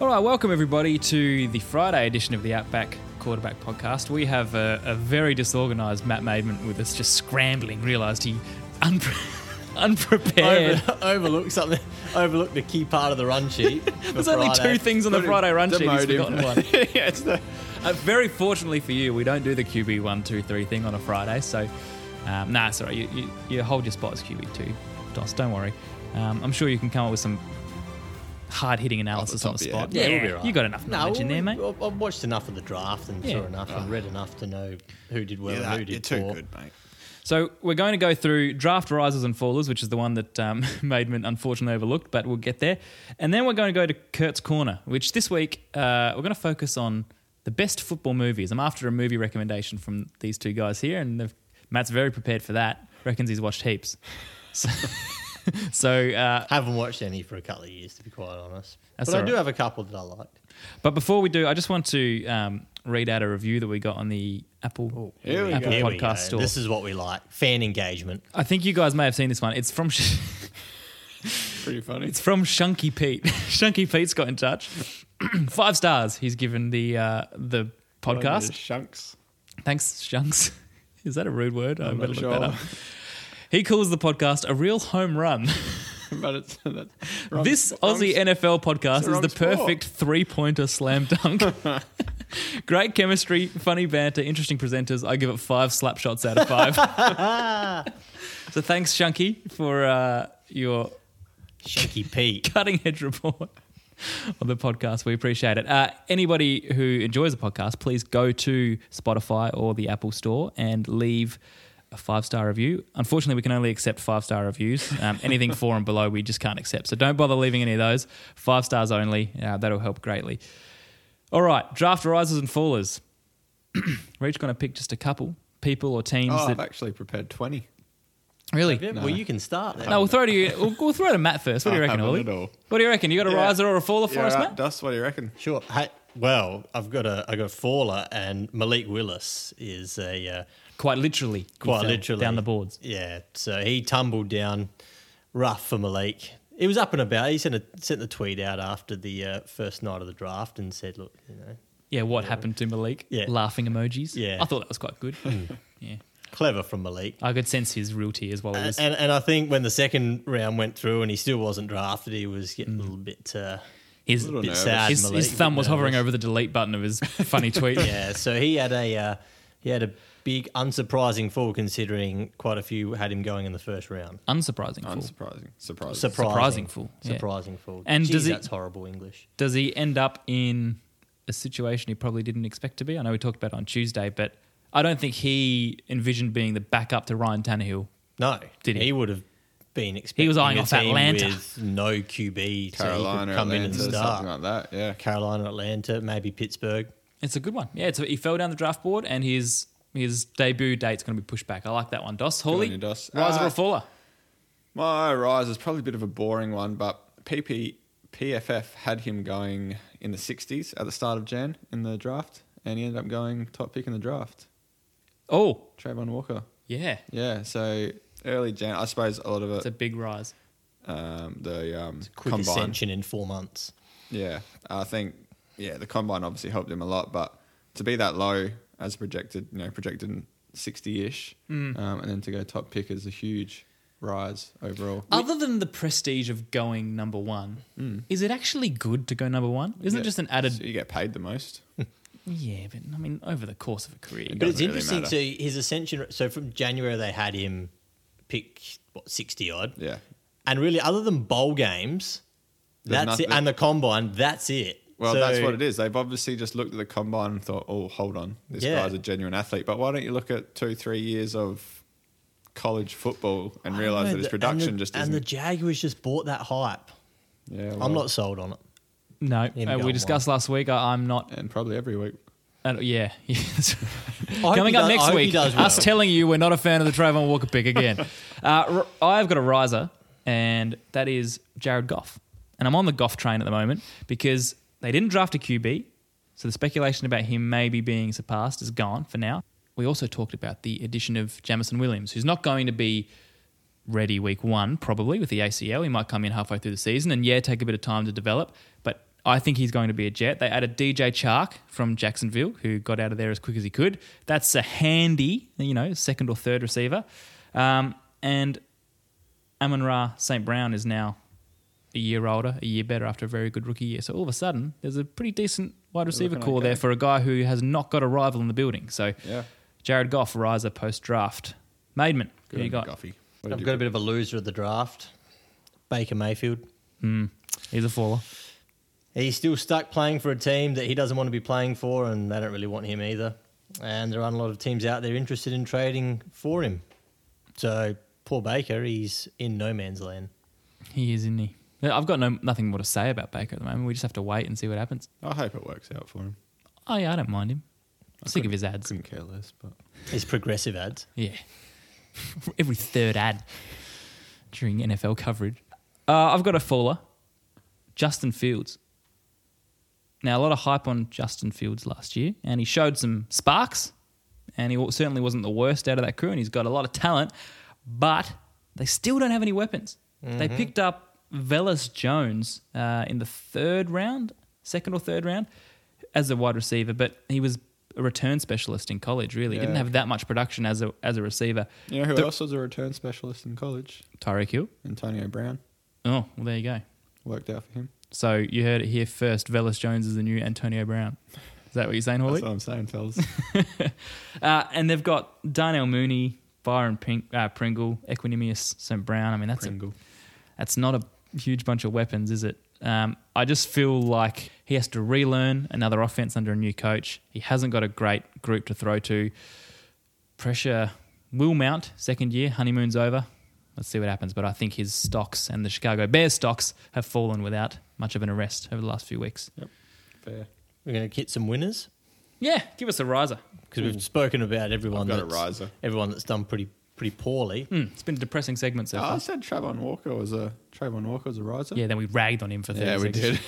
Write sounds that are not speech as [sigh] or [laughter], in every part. right, welcome everybody to the Friday edition of the Outback Quarterback Podcast. We have a, a very disorganised Matt Maidment with us, just scrambling, realised he unpre- [laughs] unprepared. Over, [laughs] overlook something. Overlook the key part of the [laughs] run sheet. for There's only Friday. two things on the Got him. Friday run sheet. He's Demote him. forgotten one. yeah, it's the, uh, very fortunately for you, we don't do the QB one, two, three thing on a Friday. So, um, nah, it's all right. You, you, you hold your spot as QB two, Dos. Don't worry. Um, I'm sure you can come up with some hard hitting analysis on top the of your spot. head. Yeah, we'll be right. you got enough knowledge in there, mate. we- I've I've watched enough of the draft and Yeah. saw enough and read enough to know who did well Ah. Yeah, and who that- did you're too poor. good, mate. So we're going to go through draft risers and fallers, which is the one that um, [laughs] Maidman unfortunately overlooked, but we'll get there. And then we're going to go to Kurt's Corner, which this week uh, we're going to focus on the best football movies. I'm after a movie recommendation from these two guys here, and they've- Matt's very prepared for that. Reckons he's watched heaps. [laughs] So, so uh, Haven't watched any for a couple of years, to be quite honest. That's but I all do right. have a couple that I liked. but before we do, I just want to um, read out a review that we got on the Oh. Apple Here we Apple go. Here we go. Podcast Store. This is what we like: fan engagement. I think you guys may have seen this one. It's from. [laughs] Pretty funny. [laughs] It's from Shunky Pete. [laughs] Shunky Pete's got in touch. [clears throat] Five stars he's given the uh, the podcast. Shunks. Thanks, Shunks. [laughs] Is that a rude word? I I'm better not look that up. He calls the podcast a real home run. [laughs] [laughs] but it's that's wrong- this wrong- Aussie NFL podcast it's the is wrong the sport. perfect three pointer slam dunk. [laughs] Great chemistry, funny banter, interesting presenters. I give it five slap shots out of [laughs] five. so thanks, Shunky, for uh, your [laughs] Shaky Pete. cutting edge report [laughs] on the podcast. We appreciate it. Uh, anybody who enjoys the podcast, please go to Spotify or the Apple Store and leave a five star review. Unfortunately, we can only accept five star reviews. Um, anything four and below, we just can't accept. So don't bother leaving any of those. Five stars only. Uh, that'll help greatly. All right, draft risers and fallers. [clears throat] We're each going to pick just a couple people or teams Oh, I've that actually prepared twenty. really. Yeah, Well, you can start. Then. No, we'll throw to you. We'll, we'll throw to Matt first. What do you I reckon, haven't Ollie? at all. What do you reckon? You got a Yeah. riser or a faller Oh, for Yeah, us, right, Matt? Dust. What do you reckon? Sure. Hey, well, I've got a I got a faller, and Malik Willis is a uh, Quite literally. he quite fell literally Down the boards. Yeah, so he tumbled down, rough for Malik. He was up and about. He sent a sent the tweet out after the uh, first night of the draft and said, "Look, you know, Yeah, what happened to Malik? Yeah. Laughing emojis. Yeah. I thought that was quite good. yeah. clever from Malik." I could sense his real tears while he And, was. and and I think when the second round went through and he still wasn't drafted, he was getting a little bit uh, His, Little bit nervous. sad. Mm. his, Malik, his a bit thumb was hovering nervous. over the delete button of his funny tweet. yeah, so he had a uh, he had a big, unsurprising fall considering quite a few had him going in the first round. Unsurprising fool. Unsurprising. Surprising. Surprising fool, yeah. Surprising fool. And Jeez, does he- that's horrible English. Does he end up in a situation he probably didn't expect to be? I know we talked about it on Tuesday, but I don't think he envisioned being the backup to Ryan Tannehill. No, Did he? He would have been expecting. eyeing a off team Atlanta. with no QB. so he Carolina, could come Atlanta, in and something start. like that. Yeah. Carolina, Atlanta, maybe Pittsburgh. It's a good one. Yeah, it's he fell down the draft board and his his debut date's going to be pushed back. I like that one. Dos on Hawley, you, Dos. riser Uh, or faller? My rise is probably a bit of a boring one, but PP PFF had him going in the 60s at the start of Jan in the draft, and he ended up going top pick in the draft. Oh, Trayvon Walker. yeah, Yeah, so early Jan. I suppose a lot of it's a it, big rise. um, the um, Quick combine. ascension in four months. Yeah, I think yeah the combine obviously helped him a lot, but to be that low as projected, you know, projected sixty ish, um, and then to go top pick is a huge rise overall. Oh, Other than the prestige of going number one, is it actually good to go number one? Isn't Yeah, it just an added? So you get paid the most. yeah, but I mean, over the course of a career, you It But got- it's doesn't really interesting. matter. So his ascension. So from January they had him pick what sixty odd, Yeah, and really other than bowl games, There's that's it, nothing- and the combine. That's it. well So- that's what it is. They've obviously just looked at the combine and thought, oh, hold on, this Yeah. guy's a genuine athlete. But why don't you look at two, three years of college football and I realize that don't know, his the- production and the, just and isn't? the Jaguars just bought that hype. yeah, I'm well, not sold on it. no. Him uh, we going discussed last week. I, I'm not. and probably every week. Uh, yeah. [laughs] hope Coming he up does- I next hope he week, does us well. telling you we're not a fan of the Trayvon Walker pick again. [laughs] uh, r- I've got a riser, and that is Jared Goff. And I'm on the Goff train at the moment because they didn't draft a QB, so the speculation about him maybe being surpassed is gone for now. We also talked about the addition of Jamison Williams, who's not going to be ready week one, probably with the ACL. He might come in halfway through the season and, yeah, take a bit of time to develop. But I think he's going to be a Jet. They added DJ Chark from Jacksonville, who got out of there as quick as he could. That's a handy, you know, second or third receiver. Um, and Amon Ra St. Brown is now a year older, a year better after a very good rookie year. So all of a sudden, there's a pretty decent wide receiver looking core there okay. for a guy who has not got a rival in the building. So Yeah. Jared Goff, riser post draft. Maidman, who you got? Goffy. I've got a bit of a loser of the draft, Baker Mayfield. He's a faller. He's still stuck playing for a team that he doesn't want to be playing for, and they don't really want him either. And there aren't a lot of teams out there interested in trading for him. So poor Baker, he's in no man's land. He is, isn't he? I've got no, nothing more to say about Baker at the moment. We just have to wait and see what happens. I hope it works out for him. Oh, yeah, I don't mind him. I'm sick of his I ads. couldn't care less, but His progressive ads. Yeah. Every third ad during NFL coverage. Uh, I've got a faller Justin Fields. Now, a lot of hype on Justin Fields last year, and he showed some sparks, and he wa- certainly wasn't the worst out of that crew, and he's got a lot of talent, but they still don't have any weapons. They picked up Velas Jones uh, in the third round, second or third round, as a wide receiver, but he was a return specialist in college, really. He didn't Yeah. have that much production as a, as a receiver. you know who The- else was a return specialist in college? Tyreek Hill. Antonio Brown Oh, well, there you go. worked out for him. So you heard it here first. Velas Jones is the new Antonio Brown. Is that what you're saying, Hawley? That's what I'm saying, fellas. Uh, and they've got Darnell Mooney, Byron Pink, uh, Pringle, Equinemius St. Brown. I mean, that's a, Pringle. that's not a huge bunch of weapons, is it? Um, I just feel like he has to relearn another offense under a new coach. He hasn't got a great group to throw to. Pressure will mount second year, honeymoon's over. Let's see what happens. But I think his stocks and the Chicago Bears stocks have fallen without much of an arrest over the last few weeks. Fair. We're going to get some winners Yeah, give us a riser. because we've spoken about everyone. Hmm. I've got a that's, riser. Everyone that's done pretty pretty poorly. Hmm. Mm, it's been a depressing segment so Oh, I far. said Travon Walker was a Travon Walker was a riser. Yeah, then we ragged on him for 30 yeah, we seconds. did.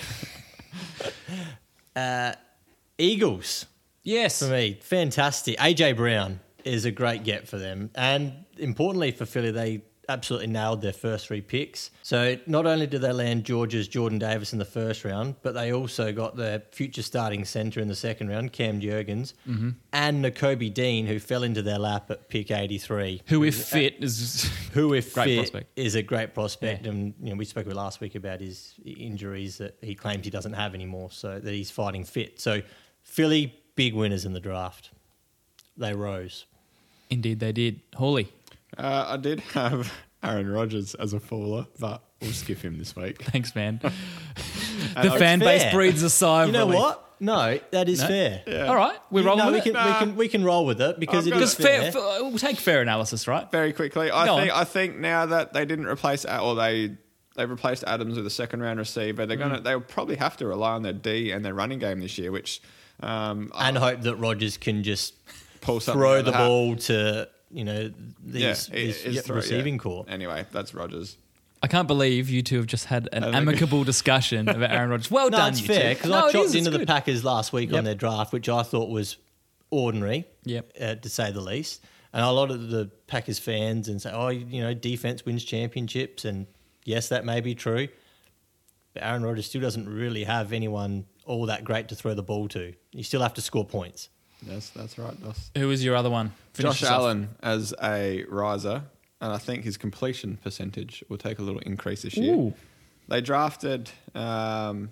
Eagles Yes. for [laughs] me, fantastic. AJ Brown is a great get for them, and importantly for Philly, they absolutely nailed their first three picks. So not only did they land Georgia's Jordan Davis in the first round, but they also got their future starting center in the second round, Cam Jurgens, and N'Kobe Dean, who fell into their lap at pick eighty-three. Who, if fit, is. [laughs] who, if Great fit, prospect. is a great prospect. Yeah. And you know, we spoke with last week about his injuries that he claims he doesn't have anymore, so that he's fighting fit. So, Philly big winners in the draft. They rose. Indeed, they did. Hawley. [laughs] Uh, I did have Aaron Rodgers as a faller, but we'll skip him this [laughs] week. Thanks, [laughs] man. And the I- fan base fair. breeds a sigh of You know relief. what? No, that is No? fair. All right, we're You- rolling no, with we it. can, we Nah. can we can roll with it because I've it got is Because fair. fair, fair- uh, we'll take fair analysis, right? Very quickly, I Go think on. I think now that they didn't replace or they they replaced Adams with a second round receiver, they're gonna they'll probably have to rely on their D and their running game this year, which um, I and hope that Rogers can just pull something out throw of the the hat. ball to you know these, it- these it's yep, throw- yeah. receiving core. Anyway, that's Rodgers. I can't believe you two have just had an don't think- amicable discussion about Aaron Rodgers. Well [laughs] No, done, it's you fair two. because No, I it chopped is, it's into the good. Packers last week Yep. on their draft, which I thought was ordinary, Yep. uh, to say the least. And a lot of the Packers fans and say, "Oh, you know, defense wins championships," and yes, that may be true. But Aaron Rodgers still doesn't really have anyone all that great to throw the ball to. You still have to score points. Yes, that's right, Dos. Who was your other one? Finish Josh us off. Allen as a riser, and I think his completion percentage will take a little increase this year. Ooh. They drafted um,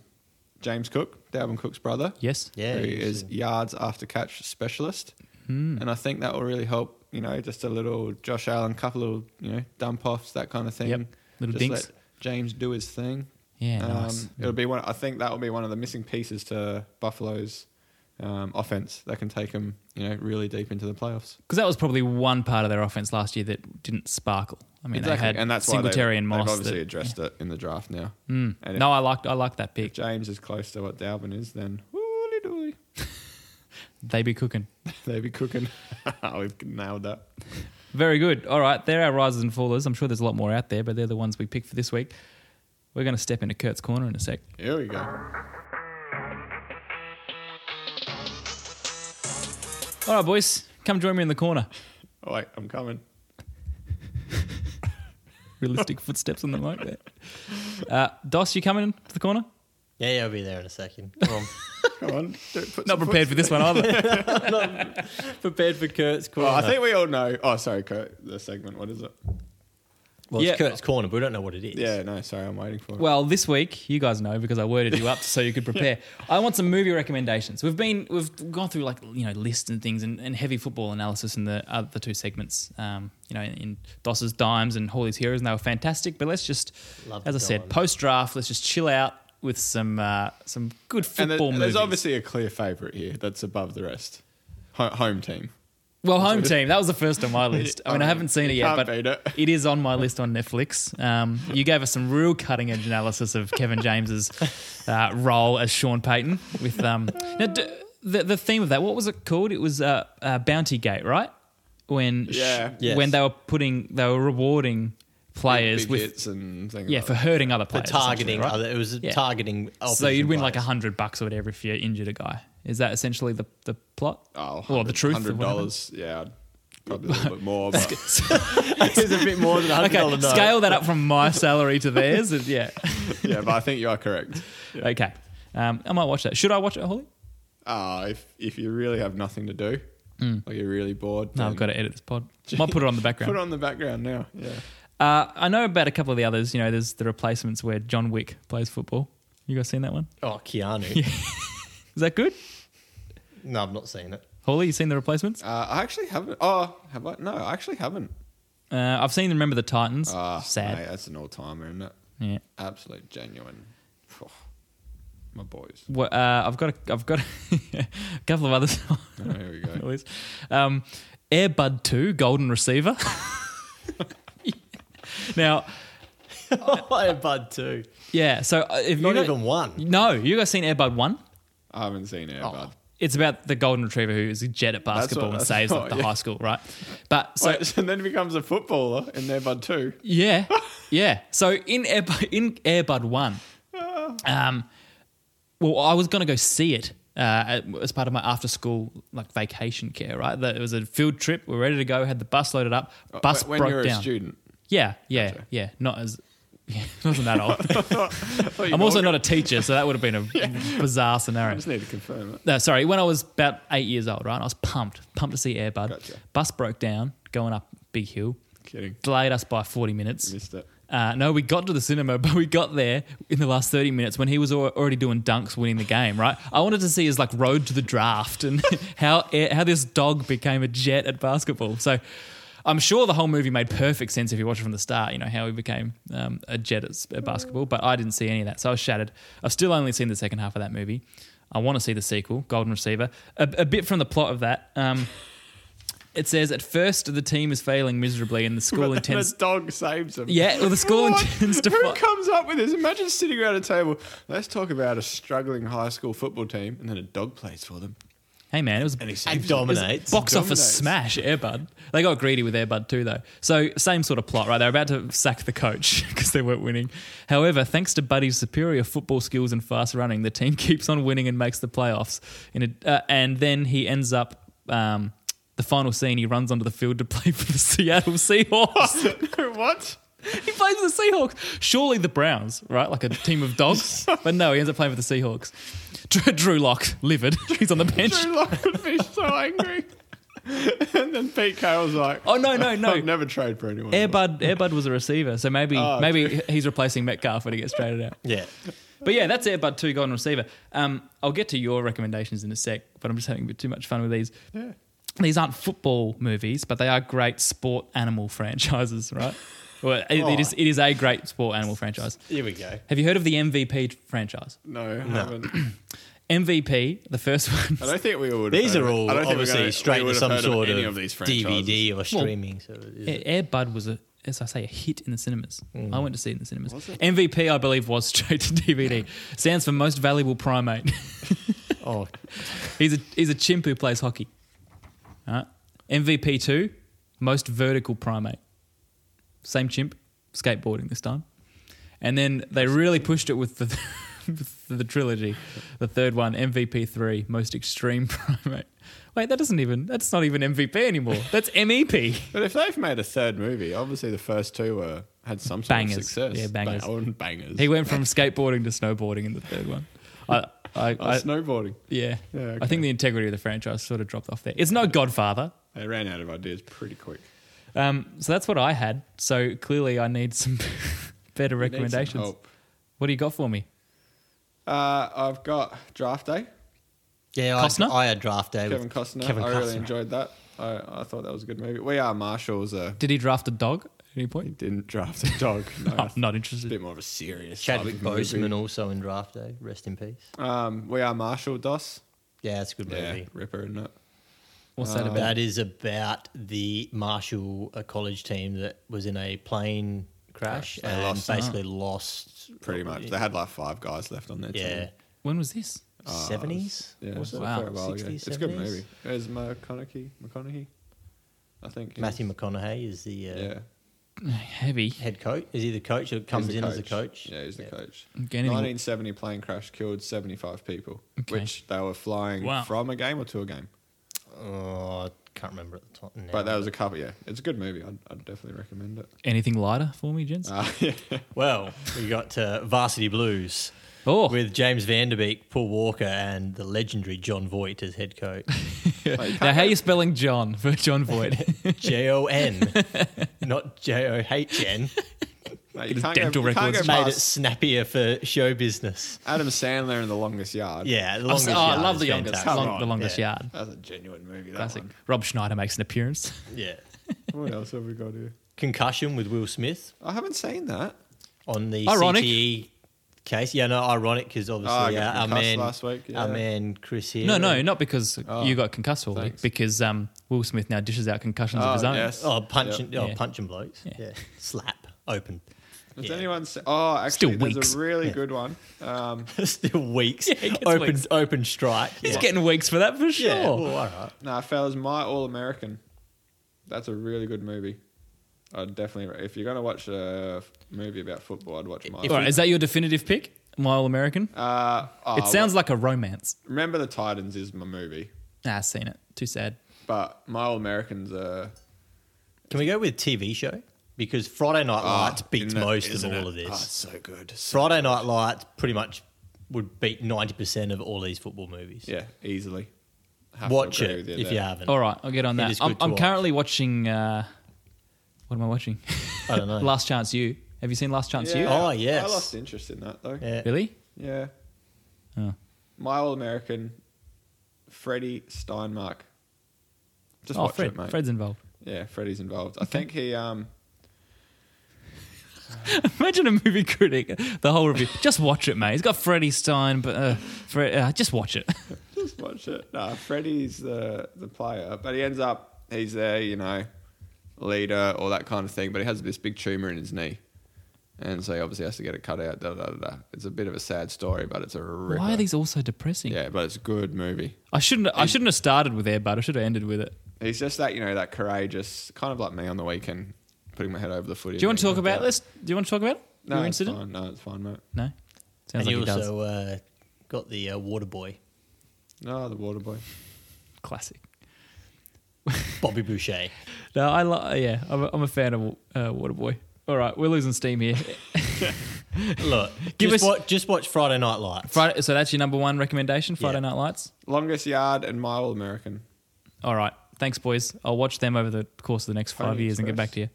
James Cook, Dalvin Cook's brother. Yes. Yeah, who he's is yards after catch specialist, Hmm. and I think that will really help. You know, just a little Josh Allen, couple little you know dump offs, that kind of thing. Yep. Little Just dinks. let James do his thing. Yeah, Um, nice. It'll be one. I think that will be one of the missing pieces to Buffalo's um, offense that can take them, you know, really deep into the playoffs. Because that was probably one part of their offense last year that didn't sparkle. I mean, they had and that's Singletary why they, and they've Moss. obviously that- addressed it in the draft now. Mm. And No, I liked I liked that if pick. James is close to what Dalvin is, then ooh, dooley, They be cooking. [laughs] they be cooking. [laughs] We've nailed that. Very good. All right, they're our risers and fallers. I'm sure there's a lot more out there, but they're the ones we picked for this week. We're going to step into Kurt's corner in a sec. Here we go. All right, boys, come join me in the corner. All right, Oh, I'm coming. Realistic footsteps on the mic there. Uh, Dos, you coming to the corner? Yeah, yeah, I'll be there in a second. Come on. [laughs] Come on. Don't put Not prepared for this one either. [laughs] Prepared for Kurt's Oh, corner. I think we all know. Oh, sorry, Kurt. The segment. What is it? [laughs] well, it's Yeah. Kurt's corner, but we don't know what it is. Yeah, no, sorry. I'm waiting for it. well, this week you guys know because I worded you up so [laughs] you could prepare. I want some movie recommendations. We've been we've gone through like you know lists and things and, and heavy football analysis in the other two segments. Um, you know, in Doss's dimes and Hawley's heroes, and they were fantastic. But let's just, Love as I the said, dime. post draft, let's just chill out with some uh, some good and there- football there's movies. obviously a clear favourite here that's above the rest. Ho- home team. Well, home team. That was the first [laughs] on my list. I mean, I haven't seen it yet, Can't but beat it. it is on my list on Netflix. Um, you gave us some real cutting edge analysis of Kevin James's uh, role as Sean Payton. With um, now, d- the the theme of that, what was it called? It was uh, uh, Bounty Gate, right? When sh- Yeah. Yes. when they were putting they were rewarding players Big with hits and things. yeah like for hurting other For players, essentially, targeting right? other, it was Yeah. So targeting. you'd opposition win like a players. hundred bucks or whatever if you injured a guy. Is that essentially the the plot? that. Oh, or the truth? Hundred of what happened? dollars. Yeah, I'd probably a little [laughs] bit more. But It's a bit more than a hundred Okay, dollar note. scale that up from my salary to theirs. and- yeah. yeah, but I think you are correct. [laughs] Yeah. Okay. Um, I might watch that. Should I watch it, Holly? Ah, if if you really have nothing to do, or you're really bored, Hmm. No, I've got to edit this pod. Might put it on the Um, Put it background. on the background now. Yeah. Uh, I know about a couple of the others. You know, there's the replacements where John Wick plays football. You guys seen that one? Oh, Keanu. Is that good? No, I've not seen [laughs] it. Holly, you seen the replacements? Uh, I actually haven't. Oh, have I? No, I actually haven't. Uh, I've seen Remember the Titans. Ah, mate, Sad. that's an all timer, isn't it? Yeah. Absolute genuine. Phew. my boys. Wha- uh, I've got a, I've got [laughs] a couple of others. [laughs] Oh, here we go. Always. Um, Airbud 2, Golden [laughs] Receiver. [laughs] now, Oh, I had Bud too. yeah, so uh, if Not you even one. No, you guys seen Airbud 1? I haven't seen it, Oh, but It's about the golden retriever who is a jet at basketball what- and that's saves what- like, the yeah. high school, right? But so Wait, [laughs] and then he becomes a footballer in their bud too. yeah, yeah. So in Airbud, in Airbud One, Ah. um, well, I was going to go see it uh, at- as part of my after school like vacation care, right? That it was a field trip. We are ready to go. Had the bus loaded up. Bus Wh- Oh, when broke you're down. a student. Yeah, yeah, Gotcha. yeah. Not as. [laughs] Yeah, not an [laughs] adult. I thought you [laughs] I'm also Oh, all- not a teacher, so that would have [laughs] been a bizarre I scenario. just need to confirm it. no, sorry, when I was about eight years old, right? I was pumped, pumped to see Airbud. Gotcha. Bus broke down going up Big Hill, Kidding. delayed us by 40 minutes. Missed it. Uh, no, we got to the cinema, [laughs] but we got there in the last 30 minutes when he was al- already doing dunks winning the game, right? I wanted to see his like road to the draft and [laughs] how e, how this dog became a jet at basketball. So I'm sure the whole movie made perfect sense if you watch it from the start, you know, how he became um, a jet at, s- at basketball, but I didn't see any of that. So I was shattered. I've still only seen the second half of that movie. I want to see the sequel, Golden Receiver. A, a bit from the plot of that. Um, [laughs] it says at first the team is failing miserably and the school [laughs] But then intends the dog saves him. yeah, well, the school What? intends to. Who Fi- comes up with this? Imagine sitting around a table. Let's talk about a struggling high school football team, and then a dog plays for them. [laughs] hey, man, it was And he saves And them. dominates. box office dominates. smash. Airbud. They got greedy with Airbud too, though. So same sort of plot, right? They're about to sack the coach [laughs] because they weren't winning. However, thanks to Buddy's superior football skills and fast running, the team [laughs] keeps on winning and makes the playoffs. In a, uh, and then he ends up. Um, the final scene, he runs onto the field to play for the [laughs] Seattle Seahawks. what? he plays for the Seahawks. Surely the Browns, right? Like a team of [laughs] dogs. but no, he ends up playing for the Seahawks. Drew, Drew Lock, livid. [laughs] He's on the bench. Drew Lock would be so angry. [laughs] and then Pete Carroll's like, Oh, no, no, no. I'd never trade for anyone. Airbud, Airbud was a receiver, so maybe Oh, maybe he's replacing Metcalf when he gets traded out. Yeah. But yeah, that's Airbud two golden receiver. Um, I'll get to your recommendations in a sec, but I'm just having a bit too much fun with these. Yeah. These aren't football movies, but they are great sport animal [laughs] franchises, right? Well, it, it is it is a great sport animal franchise. Here we go. Have you heard of the MVP franchise? No, I haven't. MVP, the first [laughs] one. I don't think we all would. [laughs] have These heard are of- all I don't think we're obviously gonna- we straight to would have some heard sort of, of, any of these franchises. DVD or streaming. so it is- Airbud was a, as I say, a hit in the cinemas. I went to see it in the cinemas. MVP, I believe, was [laughs] straight to DVD. Stands for Most Valuable Primate. [laughs] oh, he's a he's a chimp who plays hockey. Alright. MVP two, Most Vertical Primate. Same chimp, skateboarding this time. And then they really pushed it with the [laughs] with the trilogy. The third one, MVP three, Most Extreme [laughs] Primate. Wait, that doesn't even that's not even MVP anymore. That's E MEP. But if they've made a third movie, obviously the first two were had some sort of Bangers. success. Yeah, bangers. Bang, I wouldn't bangers. He went from skateboarding to snowboarding in the third one. I, I, Oh, I snowboarding. yeah. Yeah, I okay. think the integrity of the franchise sort of dropped off there. It's no Godfather. They ran out of ideas pretty quick. Um, so that's what I had. So clearly, I need some [laughs] better Need some recommendations. help. What do you got for me? Uh, I've got draft day. Yeah, I- Costner? I, had draft day Kevin with Costner. Kevin I really Costner. enjoyed that. I, I thought that was a good movie. We Are Marshals. Uh, Did he draft a dog at any he point? didn't draft a dog. [laughs] No, Oh, not it's a interested. bit more of a serious. Chadwick type of movie. Boseman also in draft day. Rest in peace. Um, we Are Marshall Dos. Yeah, it's a good Yeah, Um, movie. Ripper and that. What's uh, that about? That is about the Marshall uh, college team that was in a plane crash They and lost. basically lost. Pretty much. They had like five guys left on their Yeah. team. When was this? Uh, Seventies. Yeah, was it? so Wow. quite a while ago. 60s, It's a good 70s? movie. It's McConaughey. McConaughey, I think. he Matthew is. McConaughey is the uh, Yeah, Heavy. head coach. Is he the coach or comes He's the in as a coach? Yeah, he's the coach. Okay, anything- 1970 plane crash killed 75 people, Okay. which they were flying Wow. from a game or to a game. Oh, I can't remember at the time. now. But that was a couple. Yeah, it's a good movie. I'd, I'd definitely recommend it. Anything lighter for me, gents? Uh, yeah. well, we got uh, Varsity Blues oh, with James Vanderbeek, Paul Walker, and the legendary John Voight as head [laughs] coach. Like, now how are you spelling John [laughs] for John Voight? J O N, not J O H [laughs] N. no, you His can't go- dental you can't go records. Made it past snappier for show business. Adam Sandler in The [laughs] Longest Yard. Yeah, the Oh, longest I yard love is the youngest, fantastic. long- Come on. the longest Yeah. yard. That's a genuine movie. That Classic. one. Rob Schneider makes an appearance. Yeah. What else have we got here? Concussion with Will Smith I haven't seen that. on the Ironic. CTE case. Yeah, no, ironic because Oh, I obviously uh, got our concussed man, last week, yeah. our man Chris here. No, no, not because Oh, you got concussed all week. thanks. Because um, Will Smith now dishes out concussions of his own. yes. Oh, punching, Yep. oh, Yeah. punching blokes. Yeah. Yeah. slap open. [laughs] Has Yeah. anyone? Se- oh, actually, Still there's weeks. a really good one. Um, [laughs] Still weeks. he gets open, weeks. open strike. He's Yeah. getting weeks for that for sure. Yeah. Well, all right. nah, fellas, my All American. That's a really good movie. I'd definitely. re- If you're gonna watch a movie about football, I'd watch my. all right, is that your definitive pick, My All American? uh, oh, it sounds like a romance. Remember the Titans is my movie, Nah, I've seen it. Too sad. but my All Americans uh, are. Can we go with TV show? Because Friday Night Lights Ah, beats isn't it- most of isn't all it? of this. Ah, it's so good. So- Friday Night Lights pretty much would beat 90% of all these football movies. yeah, easily. Have to Watch agree it with if there. you haven't. All right, I'll get on It that. is I'm, good to I'm watch. currently watching. Uh, what am I watching? I don't [laughs] know. Last Chance You. Have you seen Last Chance Yeah, You? Oh, I yes. lost interest in that though. Yeah. Really? Yeah. Oh. My All American, Freddie Steinmark. Just oh, watch Fred. it, mate. Fred's involved. [laughs] Yeah, Freddie's involved. I think he. Um, Imagine a movie critic, the whole review. Just watch it, mate. It's got Freddie Stein, but uh, Fred, uh, just watch it. [laughs] just watch it. Nah, Freddie's the the player, but he ends up he's there, you know, leader, all that kind of thing. But he has this big tumor in his knee, and so he obviously has to get it cut out. Da da da. da. It's a bit of a sad story, but it's a ripper. Why are these all so depressing? Yeah, but it's a good movie. I shouldn't. I shouldn't have started with Air Bud. I should have ended with it. He's just that you know that courageous, kind of like me on the weekend, putting my head over the footy. Do you want to talk and things like about that. this? Do you want to talk about it? No, your it's incident? fine. No, it's fine, mate. No. Sounds and like you he does. also uh, got the uh, water boy, No, the water boy. Classic. Bobby Boucher. No, I lo- yeah. I'm a, I'm a fan of uh, Waterboy. All right, we're losing steam [laughs] here. [laughs] Look, Give just, us- watch, just watch Friday Night Lights. Friday, so that's your number one recommendation, Friday Yeah. Night Lights. Longest yard and my All American. All right, thanks, boys. I'll watch them over the course of the next five Pony years and get Express. back to you.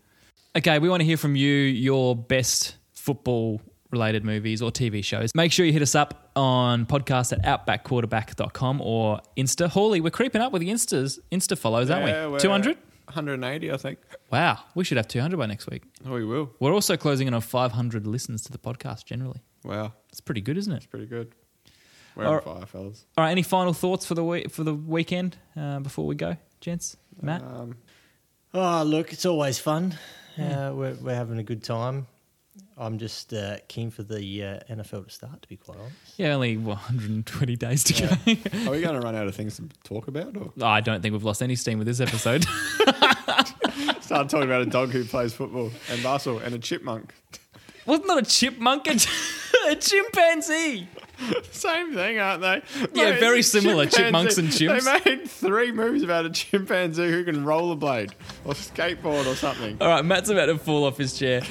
Okay, we want to hear from you your best football related movies or TV shows. Make sure you hit us up on podcast at outbackquarterback.com or Insta. Hawley, we're creeping up with the Instas, Insta follows, aren't we? 200? 180, I think. Wow, we should have 200 by next week. Oh, we will. We're also closing in on 500 listens to the podcast generally. Wow, It's pretty good, isn't it? it's pretty good. We're All on right. fire, fellas. All right, any final thoughts for the week, for the weekend uh, before we go, gents? Matt? Um, Oh, look, it's always fun. Uh, we're, we're having a good time. I'm just uh, keen for the uh, NFL to start, to be quite honest. yeah, only 120 days to go. [laughs] are we going to run out of things to talk about, or I don't think we've lost any steam with this episode. [laughs] [laughs] start talking about a dog who plays football and basketball and a chipmunk? Wasn't that a chipmunk? A, ch- [laughs] a chimpanzee. Same thing, aren't they? Yeah, Mate, very it's a similar, chipmunks and chimpanzee. chimps. They made three movies about a chimpanzee who can rollerblade or skateboard or something. All right, Matt's about to fall off his chair.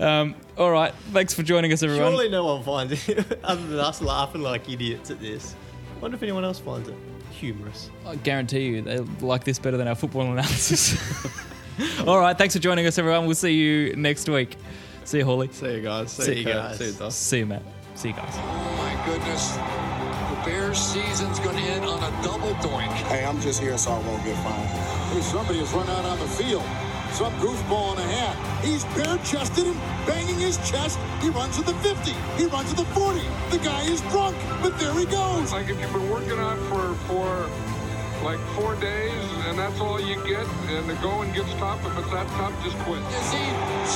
Um, all right. Thanks for joining us, everyone. Surely no one finds it [laughs] other than us laughing like idiots at this. Wonder if anyone else finds it humorous. I guarantee you they like this better than our football analysis. [laughs] all right. Thanks for joining us, everyone. We'll see you next week. See you, Hawley. See you guys. See, See you Kurt. guys. See you, Dust. See you, Matt. See you guys. My goodness, the Bears' season's going to end on a double doink. Hey, I'm just here so I won't get fined. Hey, somebody has run out on the field. Some goofball in a hat. He's bare-chested and banging his chest. He runs to the 50. He runs to the 40. The guy is drunk, but there he goes. Like if you've been working on it for for like four days and that's all you get, and the going gets tough. If it's that tough, just quit. As he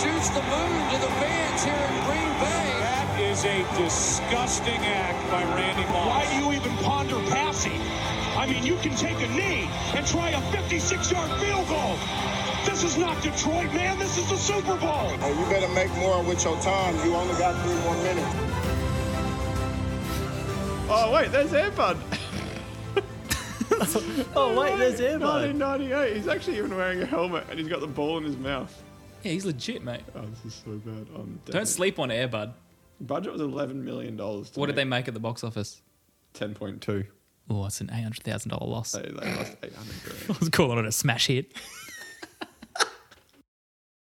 shoots the moon to the fans here in Green Bay. That is a disgusting act by Randy Moss. Why do you even ponder passing? I mean, you can take a knee and try a 56-yard field goal. This is not Detroit, man. This is the Super Bowl. Hey, you better make more with your time. You only got three more minutes. Oh, wait, there's Airbud. Oh wait, there's Airbud. 1998. He's actually even wearing a helmet and he's got the ball in his mouth. Yeah, he's legit, mate. Oh, this is so bad. I'm dead. Don't sleep on Airbud. Budget was $11 million. To What did they make at the box office? 10.2. Oh, it's an eight hundred thousand dollar loss. They, they lost 800 grand. I was calling it a smash hit.